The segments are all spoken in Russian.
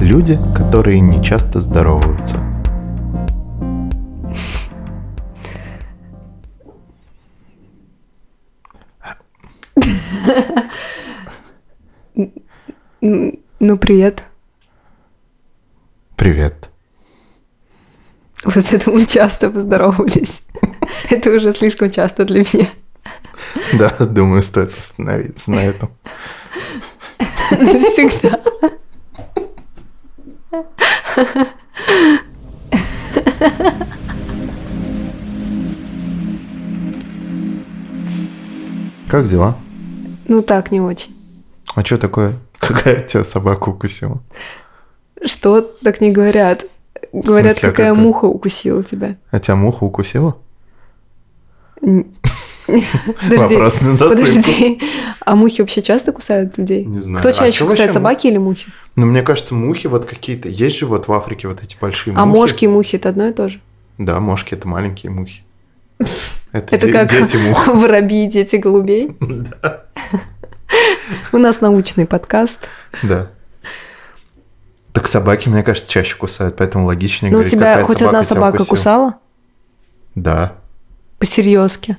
люди, которые не часто здороваются. М, Ну, привет. Привет. Вот это мы часто поздоровались. Это уже слишком часто для меня. Да, думаю, стоит остановиться на этом. Навсегда. Как дела? Ну, так не очень. А что такое? Какая у тебя собака укусила? Что так не говорят? Говорят, смысле, а какая как- муха укусила тебя. А тебя муха укусила? Н- Подожди, Вопрос на засыпку. подожди. А мухи вообще часто кусают людей? Не знаю. Кто А чаще чё вообще кусает, му- собаки или мухи? Ну, мне кажется, мухи вот какие-то... Есть же вот в Африке вот эти большие мухи. А мошки и мухи это одно и то же. Да, мошки — это маленькие мухи. Это, Это де- как дети мух. воробьи, дети голубей. У нас научный подкаст. Да. Так собаки, мне кажется, чаще кусают, поэтому логичнее Ну, у говорить, тебя какая хоть одна тебя собака укусила. кусала? Да. По-серьезки.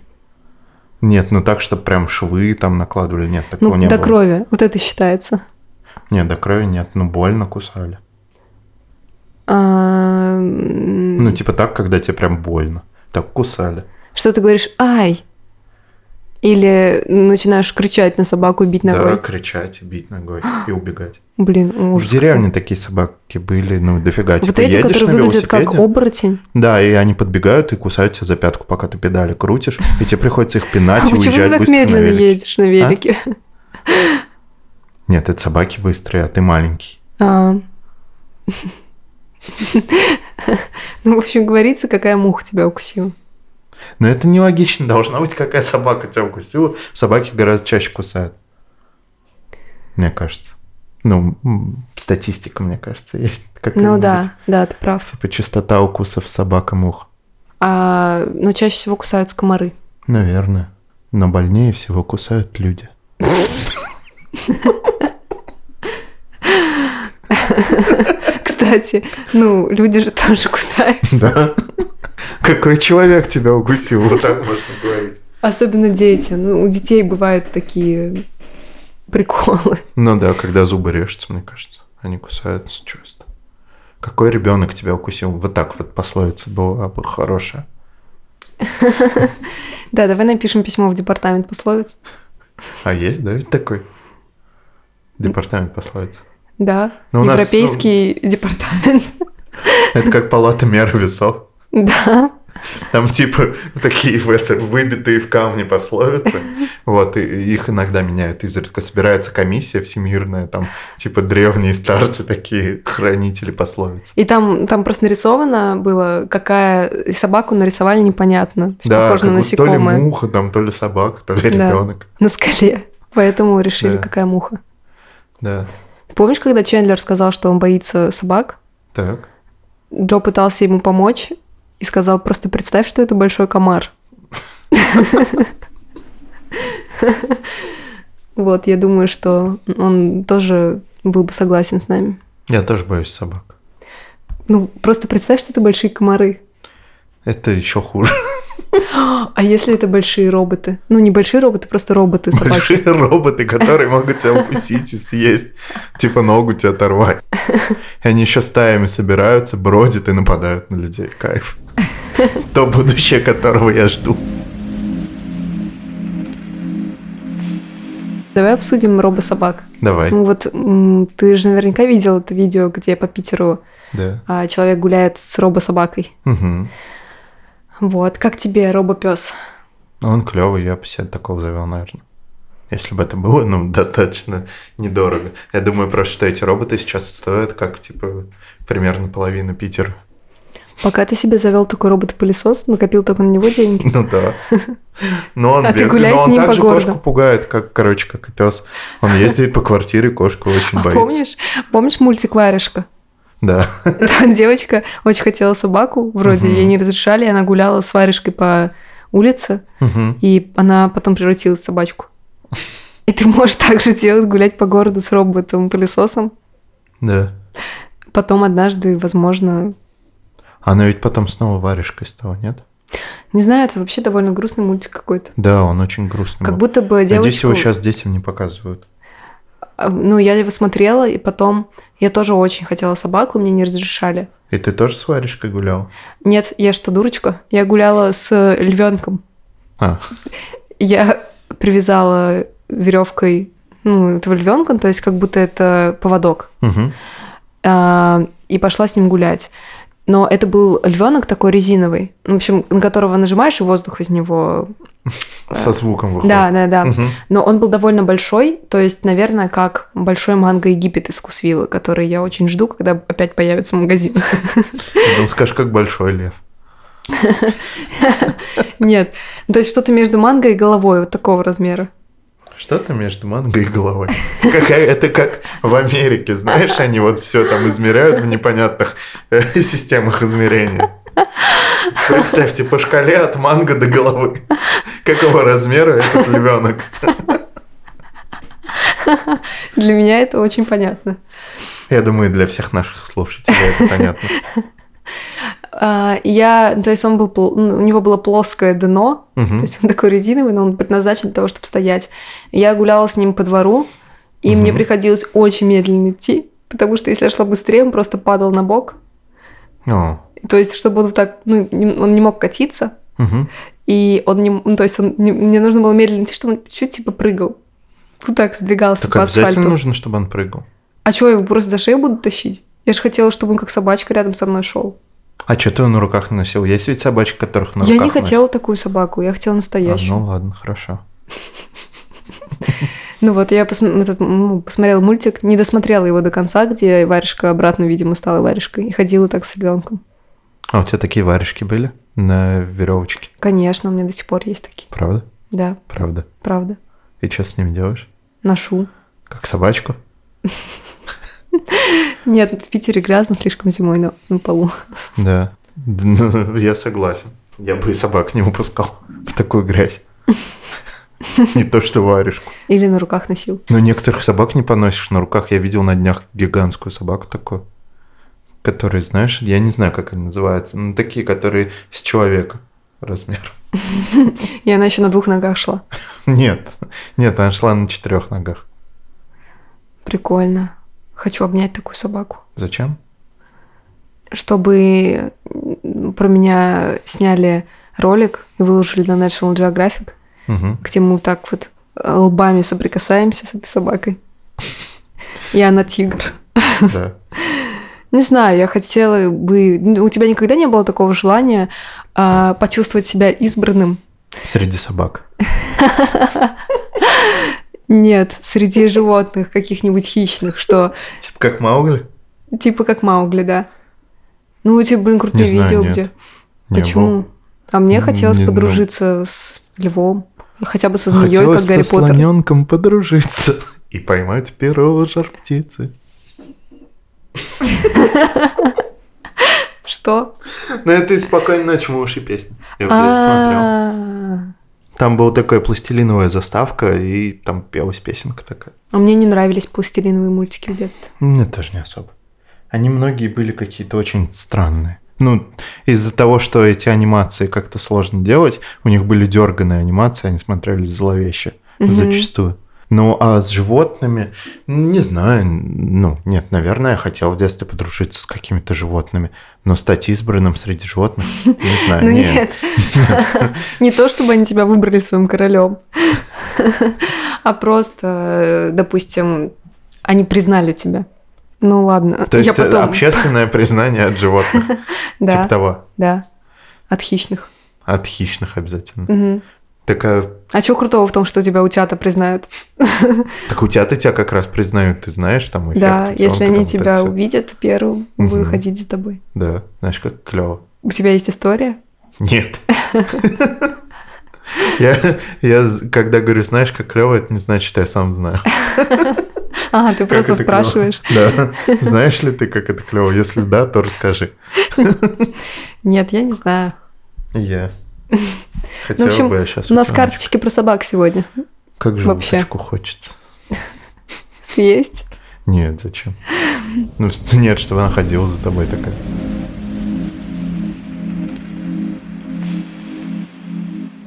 Нет, ну так, чтобы прям швы там накладывали, нет, такого Ну, не до было. крови. Вот это считается. Нет, до крови нет, ну больно кусали. А, м, Ну, типа так, когда тебе прям больно. Так кусали. Что ты говоришь? Ай! Или начинаешь кричать на собаку и бить Да, ногой. кричать, и бить ногой и убегать. Блин, ужас. В деревне такие собаки были, ну, дофига. Вот типа, эти, едешь которые на выглядят как велосипеде, оборотень. Да, и они подбегают и кусают тебя за пятку, пока ты педали крутишь, и тебе приходится их А пинать и почему ты уезжать так быстро на медленно велике. А? едешь на велике? Нет, это собаки быстрые, а ты маленький. А. Ну, в общем, говорится, какая муха тебя укусила. Но это нелогично. Должна быть какая собака тебя укусила. Собаки гораздо чаще кусают. Мне кажется. Ну, м, статистика, мне кажется, есть какая-нибудь. Ну да, да, ты прав. Типа частота укусов собак и мух. А, но чаще всего кусаются комары. Наверное. Но больнее всего кусают люди. Кстати, ну, люди же тоже кусают. Да? Какой человек тебя укусил? Вот так можно говорить. Особенно дети. Ну, у детей бывают такие приколы. Ну да, когда зубы режутся, мне кажется. Они кусаются часто. Какой ребенок тебя укусил? Вот так вот пословица была бы хорошая. Да, давай напишем письмо в департамент пословиц. А есть, да, ведь такой? Департамент пословиц. Да, Ну, у нас, европейский департамент. Это как палата меры весов. Да, Там типа такие в это, выбитые в камни пословицы. Вот, и их иногда меняют изредка. Собирается комиссия всемирная, там типа древние старцы такие, хранители пословиц. и там, там просто нарисовано было, какая и собаку нарисовали непонятно. То есть Да, похоже на как будто то ли насекомое муха, там, то ли собака, то ли Да. ребенок. на скале. Поэтому решили, Да. какая муха. Да. Помнишь, когда Чендлер сказал, что он боится собак? Так. Джо пытался ему помочь и сказал, просто представь, что это большой комар. Вот, я думаю, что он тоже был бы согласен с нами. Я тоже боюсь собак. Ну, просто представь, что это большие комары. Это еще хуже. А если это большие роботы? Ну, не большие роботы, просто роботы собаки. Большие роботы, которые могут тебя укусить и съесть. Типа ногу тебя оторвать. И они еще стаями собираются, бродят и нападают на людей. Кайф. То будущее, которого я жду. Давай обсудим робособак. Давай. Ну вот, м, ты же наверняка видел это видео, где по Питеру Да. а, человек гуляет с робособакой. Мгм. Вот, как тебе робопес? Ну, он клевый, я бы себе такого завел, наверное. Если бы это было, ну, достаточно недорого. Я думаю просто, что эти роботы сейчас стоят как, типа, примерно половина Питера. Пока ты себе завел такой робот-пылесос, накопил только на него деньги. Ну да. Но он, А ты бедный. гуляй Но с он ним по также городу. кошку пугает, как, короче, как и пес. Он ездит по квартире, кошка очень А боится. помнишь, помнишь мультик «Варежка»? Да. Там девочка очень хотела собаку, вроде Мгм. ей не разрешали, и она гуляла с варежкой по улице, Мгм. и она потом превратилась в собачку. И ты можешь так же делать, гулять по городу с роботом-пылесосом. Да. потом однажды, возможно... Она ведь потом снова варежкой стала, нет? Не знаю, это вообще довольно грустный мультик какой-то. Да, он очень грустный. Как был. будто бы Ну, Надеюсь, девочку... его сейчас детям не показывают. А, Ну, я его смотрела, и потом я тоже очень хотела собаку, мне не разрешали. И ты тоже с варежкой гулял? Нет, я что, дурочка? Я гуляла с львенком. А, Я привязала веревкой ну, этого львенка, то есть как будто это поводок. мгм. а, и пошла с ним гулять. Но это был львенок такой резиновый, ну, в общем, на которого нажимаешь, и воздух из него. со звуком выходит. Да, да, да. Мгм. Но он был довольно большой, то есть, наверное, как большой манго Египет из Кусвилла, который я очень жду, когда опять появится в магазинах. Я думал, скажешь, как большой лев. Нет, то есть что-то между манго и головой вот такого размера. Что-то между манго и головой. Какая, это как в Америке, знаешь, они вот все там измеряют в непонятных э, системах измерения. Представьте, по шкале от манго до головы. Какого размера этот львенок? Для меня это очень понятно. Я думаю, для всех наших слушателей это понятно. А, Я, то есть он был, пл- ну, у него было плоское дно, Мгм. То есть он такой резиновый, но он предназначен для того, чтобы стоять. Я гуляла с ним по двору, и мне Мгм. приходилось очень медленно идти, потому что если я шла быстрее, он просто падал на бок. О, То есть, чтобы он вот так, ну, не- он не мог катиться, мгм. и он не, ну, то есть он не- мне нужно было медленно идти, чтобы он чуть типа прыгал. Вот так сдвигался Так по обязательно асфальту. нужно, чтобы он прыгал. А что, я его просто за шею буду тащить? Я же хотела, чтобы он как собачка рядом со мной шел. А что ты на руках не носил? Есть ведь собачки, которых на я руках не носят? хотела такую собаку, я хотела А, настоящую. ну ладно, хорошо. Ну вот, я посм- этот, ну, посмотрела мультик, не досмотрела его до конца, где варежка обратно, видимо, стала варежкой. И ходила так с ребенком. А у тебя такие варежки были на веревочке, Конечно, у меня до сих пор есть такие. правда? Да, Правда. правда. И что с ними делаешь? Ношу. Как собачку? Нет, в Питере грязно слишком зимой на, на полу. Да. Ну, Я согласен. Я бы и собак не выпускал в такую грязь. Не то, что варежку. Или на руках носил. Но некоторых собак не поносишь на руках. Я видел на днях гигантскую собаку такую, которые, знаешь, я не знаю, как они называются, но такие, которые с человека размер. И она еще на двух ногах шла. Нет, нет, она шла на четырех ногах. Прикольно. Хочу обнять такую собаку. Зачем? Чтобы м, про меня сняли ролик и выложили на National Geographic, Мгм. где мы так вот э, лбами соприкасаемся с этой собакой. Я она тигр. Да. Не знаю, я хотела бы... Ну, У тебя никогда не было такого желания а, почувствовать себя избранным? Среди собак. Нет, среди животных каких-нибудь хищных, что Типа как Маугли? типа как Маугли, да? Ну, у тебя, блин, крутые Не знаю, видео нет. где. Не Почему? было. А мне хотелось Не ну, знаю. подружиться с львом, и хотя бы со змеей, Хотелось как Гарри со Поттер. слоненком подружиться и поймать первого жар птицы. Что? Но Ну, это и спокойной ночи, малыши песня. Я в А. детстве смотрел. А-а-а. Там была такая пластилиновая заставка, и там пелась песенка такая. А мне не нравились пластилиновые мультики в детстве. Мне тоже не особо. Они многие были какие-то очень странные. Ну, из-за того, что эти анимации как-то сложно делать, у них были дерганые анимации, они смотрелись зловеще Мгм. зачастую. Ну, а с животными, не знаю, ну, нет, наверное, я хотел в детстве подружиться с какими-то животными, но стать избранным среди животных, не знаю, Ну не. нет. Не то, чтобы они тебя выбрали своим королем, а просто, э, допустим, они признали тебя. Ну ладно. То я есть э, потом- общественное признание от животных, типа Да, того, да. От хищных. от хищных обязательно. Мгм. Так, а, А чего крутого в том, что тебя утята признают? так у тебя-то тебя как раз признают, ты знаешь там эффект. Да, оценка, если там они вот это тебя всё. увидят первым, Мгм. будут ходить за тобой. Да, знаешь, как клево. У тебя есть история? Нет. Я, я, з- когда говорю, знаешь, как клево, это не значит, что я сам знаю. А, ты просто Как это клёво. спрашиваешь. Да. Знаешь ли ты, как это клево? Если да, то расскажи. Нет, я не знаю. Я. Ну, Хотела в общем, бы я сейчас У нас карточки про собак сегодня. Как же вообще. уточку хочется. Съесть. Нет, зачем? Ну, с- нет, чтобы она ходила за тобой такая.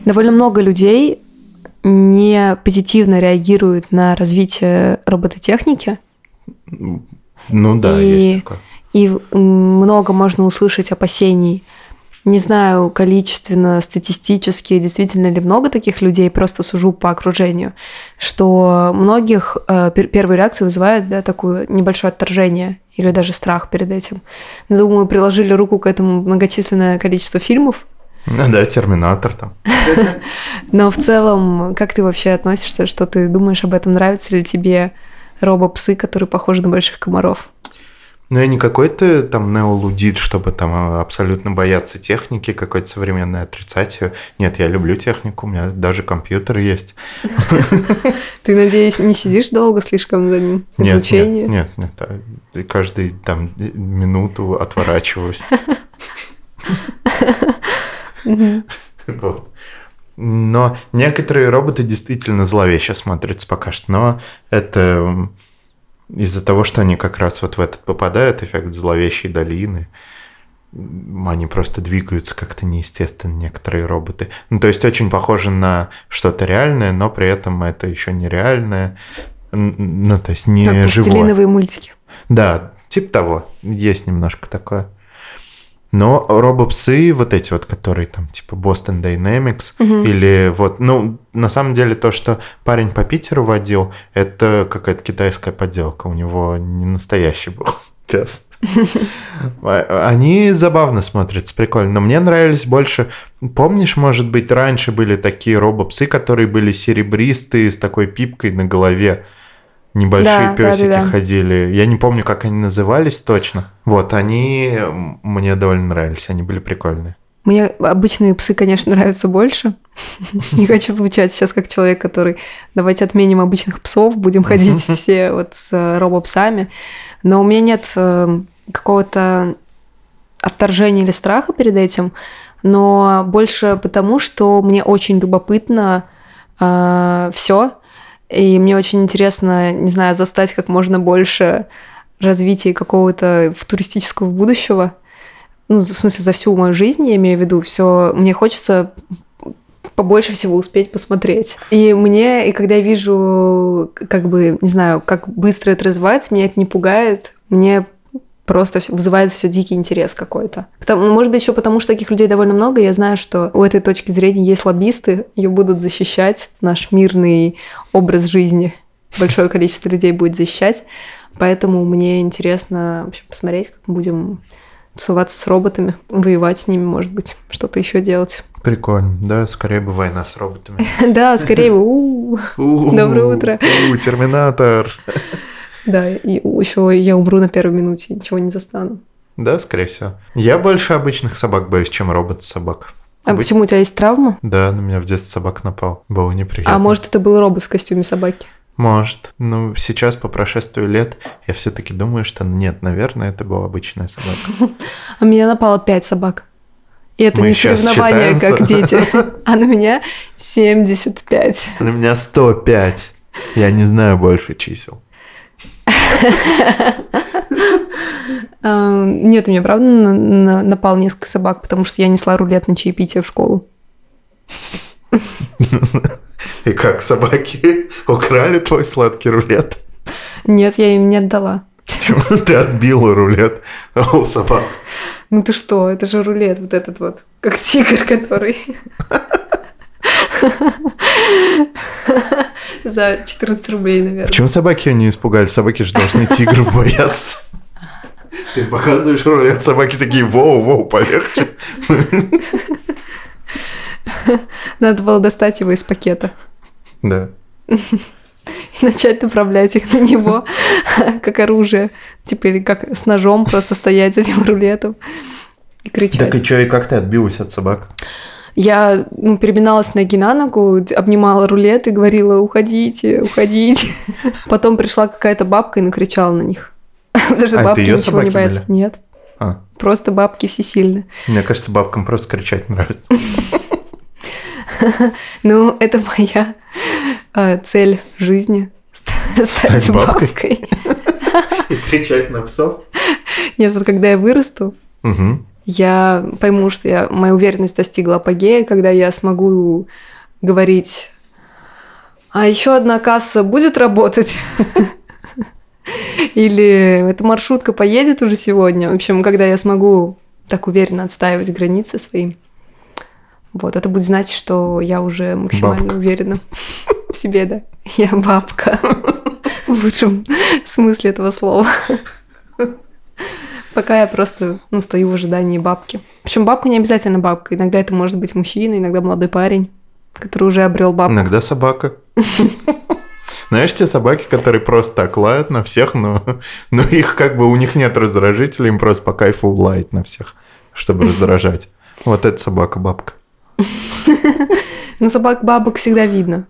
Довольно много людей не позитивно реагируют на развитие робототехники, М, Ну да, И- есть такое. и в- м, много можно услышать опасений. Не знаю количественно, статистически, действительно ли много таких людей, просто сужу по окружению, что многих э, пер- первую реакцию вызывает да, такое небольшое отторжение или даже страх перед этим. Но, Думаю, приложили руку к этому многочисленное количество фильмов, Ну да, терминатор там. но в целом, как ты вообще относишься, что ты думаешь об этом, нравятся ли тебе робопсы, которые похожи на больших комаров? Ну, я не какой-то там неолудит, чтобы там э, абсолютно бояться техники, какой-то современной отрицать ее. Нет, я люблю технику, у меня даже компьютер есть. Ты, надеюсь, не сидишь долго слишком за ним? Нет, Излучение? нет, нет, нет. а, и Каждый там э, минуту отворачиваюсь. Мгм. Вот. Но некоторые роботы действительно зловеще смотрятся пока что. Но это м, из-за того, что они как раз вот в этот попадают, эффект зловещей долины. М, Они просто двигаются как-то неестественно, некоторые роботы. Ну, то есть очень похоже на что-то реальное, но при этом это еще нереальное. Н- н- Ну, то есть не Как живое. пластилиновые мультики. Да, типа того. Есть немножко такое. Но робопсы, вот эти вот, которые там, типа Boston Dynamics, Мгм. или вот, ну, на самом деле то, что парень по Питеру водил, это какая-то китайская подделка, у него не настоящий был пес. А- Они забавно смотрятся, прикольно, но мне нравились больше, помнишь, может быть, раньше были такие робопсы, которые были серебристые, с такой пипкой на голове, Да, небольшие да, песики да, да. ходили, я не помню, как они назывались точно, вот, они м, мне довольно нравились, они были прикольные. Мне обычные псы, конечно, нравятся больше. Не хочу звучать сейчас как человек, который давайте отменим обычных псов, будем ходить все вот с э, робопсами. Но у меня нет э, какого-то отторжения или страха перед этим, но больше потому, что мне очень любопытно все, и мне очень интересно, не знаю, застать как можно больше развития какого-то футуристического будущего ну, в смысле, за всю мою жизнь, я имею в виду, все, мне хочется побольше всего успеть посмотреть. И мне, и когда я вижу, как бы, не знаю, как быстро это развивается, меня это не пугает, мне просто всё- вызывает все дикий интерес какой-то. Потому, может быть, еще потому, что таких людей довольно много, я знаю, что у этой точки зрения есть лоббисты, ее будут защищать, наш мирный образ жизни большое количество людей будет защищать, поэтому мне интересно в общем, посмотреть, как мы будем тусоваться с роботами, воевать с ними, может быть, что-то еще делать. Прикольно, да, скорее бы война с роботами. Да, скорее бы. у. Доброе утро. У, Терминатор. Да, и еще я умру на первой минуте, ничего не застану. Да, скорее всего. Я больше обычных собак боюсь, чем робот-собак. А Обы- почему у тебя есть травма? Да, на меня в детстве собак напал. Было неприятно. А может, это был робот в костюме собаки? Может. Ну, сейчас, по прошествию лет, я все таки думаю, что нет, наверное, это была обычная собака. А меня напало пять собак. И это Мы не щас соревнование, как считаемся. дети. А на меня 75. На меня 105. Я не знаю больше чисел. А, Нет, у меня правда на- на- напало несколько собак, потому что я несла рулет на чаепитие в школу. И как собаки украли твой сладкий рулет? Нет, я им не отдала. Почему ты отбила рулет а у собак? Ну ты что, это же рулет вот этот вот, как тигр, который... За 14 рублей, наверное. Почему собаки ее не испугали? Собаки же должны тигров бояться. Ты показываешь рулет, собаки такие, воу-воу, полегче. Надо было достать его из пакета Да. и начать направлять их на него, как оружие. Теперь как с ножом просто стоять с этим рулетом и кричать. Так и что, и как ты отбилась от собак? Я ну, переминалась с ноги на ногу, д- обнимала рулет и говорила «Уходите, уходите». Потом пришла какая-то бабка и накричала на них. Потому что А, это бабки её ничего не собаки боятся. Нет, А, просто бабки всесильны. мне кажется, бабкам просто кричать нравится. Ну, это моя э, цель жизни. ст- Стать Стать бабкой. бабкой. И кричать на псов? Нет, вот когда я вырасту, Мгм. я пойму, что я, моя уверенность достигла апогея, когда я смогу говорить, а еще одна касса будет работать? Или эта маршрутка поедет уже сегодня? В общем, когда я смогу так уверенно отстаивать границы свои, вот, это будет значить, что я уже максимально Бабка. уверена в себе, да. Я бабка. В лучшем смысле этого слова. Пока я просто ну, стою в ожидании бабки. Причем бабка не обязательно бабка. Иногда это может быть мужчина, иногда молодой парень, который уже обрел бабку. Иногда собака. Знаешь, те собаки, которые просто так лают на всех, но, но их как бы у них нет раздражителей, им просто по кайфу лаять на всех, чтобы раздражать. Вот эта собака-бабка. Но собак бабок всегда видно.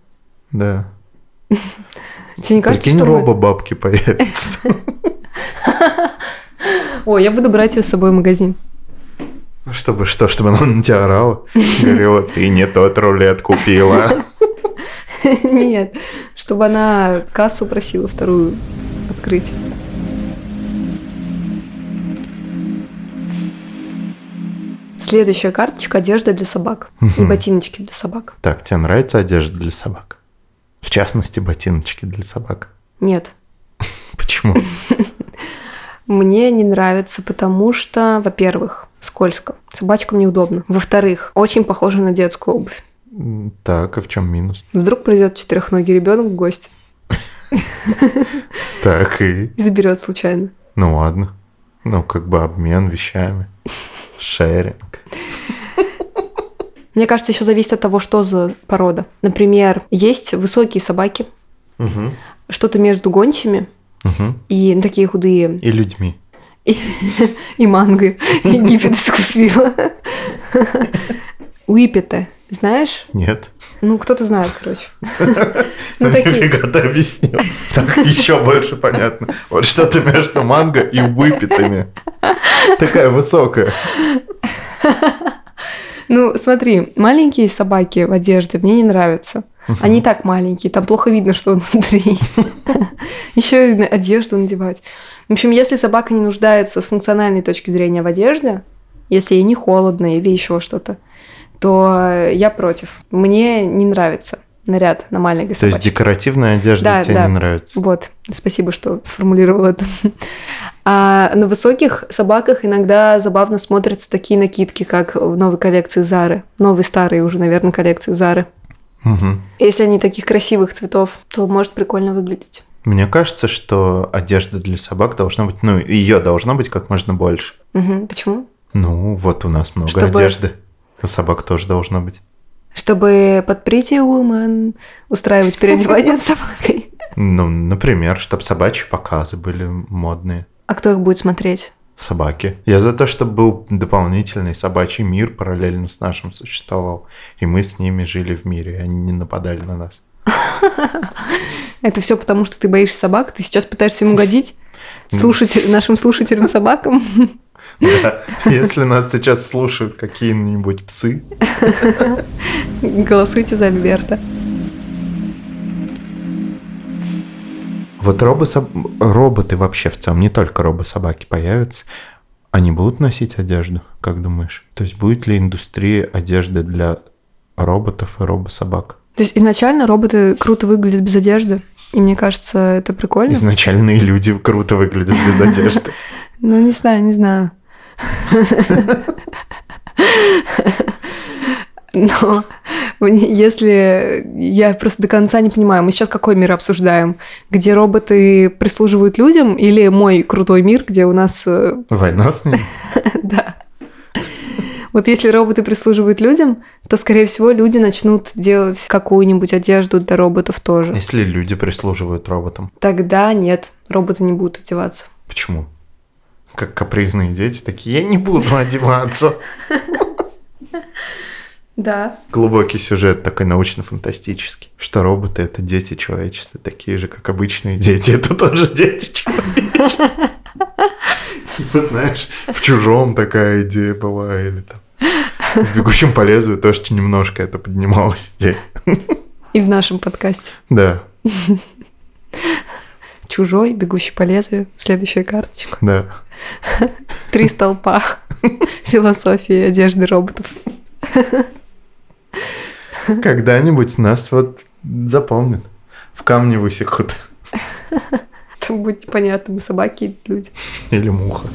Да. Тебе не кажется, Прикинь, что мы- робо-бабки появятся. Ой, я буду брать ее с собой в магазин. Чтобы что, чтобы она на тебя орала? Говорила, ты не тот рулет купила. Нет, чтобы она кассу просила вторую открыть. Следующая карточка – одежда для собак и Мгм. ботиночки для собак. Так, тебе нравится одежда для собак? В частности, ботиночки для собак. Нет, Почему? Мне не нравится, потому что, во-первых, скользко. Собачкам неудобно. Во-вторых, очень похоже на детскую обувь. М, Так, а в чем минус? Вдруг придет четырехногий ребенок в гости Так и... и заберет случайно. Ну ладно. Ну, как бы обмен вещами. Шеринг. Мне кажется, еще зависит от того, что за порода. Например, есть высокие собаки, Мгм. что-то между гончими Мгм. и ну, такие худые, И людьми. и, и манго, и гипедоскусвила. Уипеты, знаешь? Нет. Ну, кто-то знает, короче. Ну, такие. Нафига ты объяснил. Так еще больше понятно. Вот что-то между манго и выпитыми. Такая высокая. Ну, смотри, маленькие собаки в одежде мне не нравятся. Они и так маленькие, там плохо видно, что внутри. Еще и на- одежду надевать. В общем, если собака не нуждается с функциональной точки зрения в одежде, если ей не холодно или еще что-то, то я против. Мне не нравится наряд на маленькой То есть собачке. декоративная одежда Да, тебе да. не нравится. Вот, спасибо, что сформулировал это. А на высоких собаках иногда забавно смотрятся такие накидки, как в новой коллекции Зары. Новые старые уже, наверное, коллекции Зары. Мгм. Если они таких красивых цветов, то может прикольно выглядеть. Мне кажется, что одежда для собак должна быть, ну, ее должно быть как можно больше. Мгм. Почему? Ну, вот у нас много Чтобы- одежды. У собак тоже должно быть. Чтобы под Pretty Woman устраивать переодевание с собакой. Ну, например, чтобы собачьи показы были модные. А кто их будет смотреть? Собаки. Я за то, чтобы был дополнительный собачий мир параллельно с нашим существовал. И мы с ними жили в мире, и они не нападали на нас. Это все потому, что ты боишься собак, ты сейчас пытаешься им угодить слушатель, нашим слушателям собакам. Да. Если нас сейчас слушают какие-нибудь псы, Голосуйте за Альберта. Вот робособ- роботы вообще в целом, не только робособаки появятся, они будут носить одежду, как думаешь? То есть будет ли индустрия одежды для роботов и робособак? То есть изначально роботы круто выглядят без одежды, и мне кажется, это прикольно. Изначальные люди круто выглядят без одежды. Ну, не знаю, не знаю. Но мне- если я просто до конца не понимаю, мы сейчас какой мир обсуждаем? Где роботы прислуживают людям или мой крутой мир, где у нас... э, Война с ними? Да. Вот если роботы прислуживают людям, то, скорее всего, люди начнут делать какую-нибудь одежду для роботов тоже. Если люди прислуживают роботам, Тогда нет, роботы не будут одеваться. почему? Как капризные дети такие, я не буду одеваться. Да. Глубокий сюжет такой научно-фантастический, что роботы — это дети человечества, такие же, как обычные дети, это тоже дети человечества. Типа, знаешь, в «Чужом» такая идея была, или там в «Бегущем по лезвию» тоже немножко это поднималось идея. И в нашем подкасте. Да. Чужой, бегущий по лезвию, следующая карточка. Да. Три столпа философии одежды роботов. Когда-нибудь нас вот запомнят. В камне высекут. Там будет непонятно, мы собаки или люди. Или муха.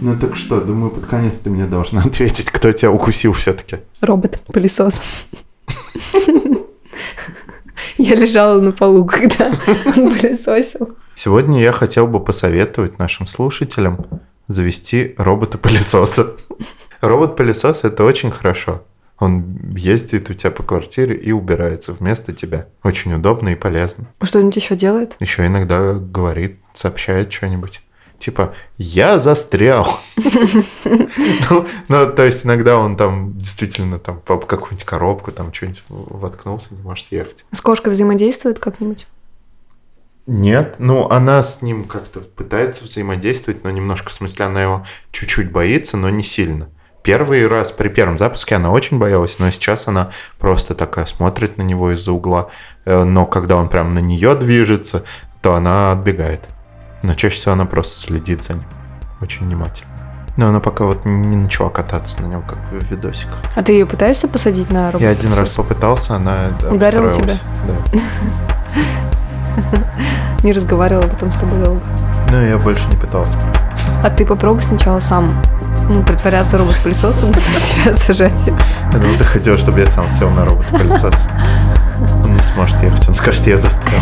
Ну так что, думаю, под конец ты мне должна ответить, кто тебя укусил все-таки. Робот-пылесос. Я лежала на полу, когда он пылесосил. Сегодня я хотел бы посоветовать нашим слушателям завести робота-пылесоса. Робот-пылесос – это очень хорошо. Он ездит у тебя по квартире и убирается вместо тебя. Очень удобно и полезно. Что-нибудь еще делает? Еще иногда говорит, сообщает что-нибудь. Типа, я застрял. Ну, ну, то есть иногда он там действительно там по какую-нибудь коробку, там что-нибудь воткнулся, не может ехать. С кошкой взаимодействует как-нибудь? Нет, ну она с ним как-то пытается взаимодействовать, но немножко, в смысле, она его чуть-чуть боится, но не сильно. Первый раз, при первом запуске она очень боялась, но сейчас она просто такая смотрит на него из-за угла, э, но когда он прям на нее движется, то она отбегает. Но чаще всего она просто следит за ним, очень внимательно. Но она пока вот не начала кататься на нем, как в видосиках. А ты ее пытаешься посадить на робот? Я один раз попытался, она да, Ударила тебя? расстроилась. Да. Не разговаривала потом с тобой долго. Ну, я больше не пытался просто. А ты попробуй сначала сам ну, притворяться робот-пылесосом, тебя сажать. Я думал, ты хотел, чтобы я сам сел на робот-пылесос. Он не сможет ехать, он скажет, я застрял.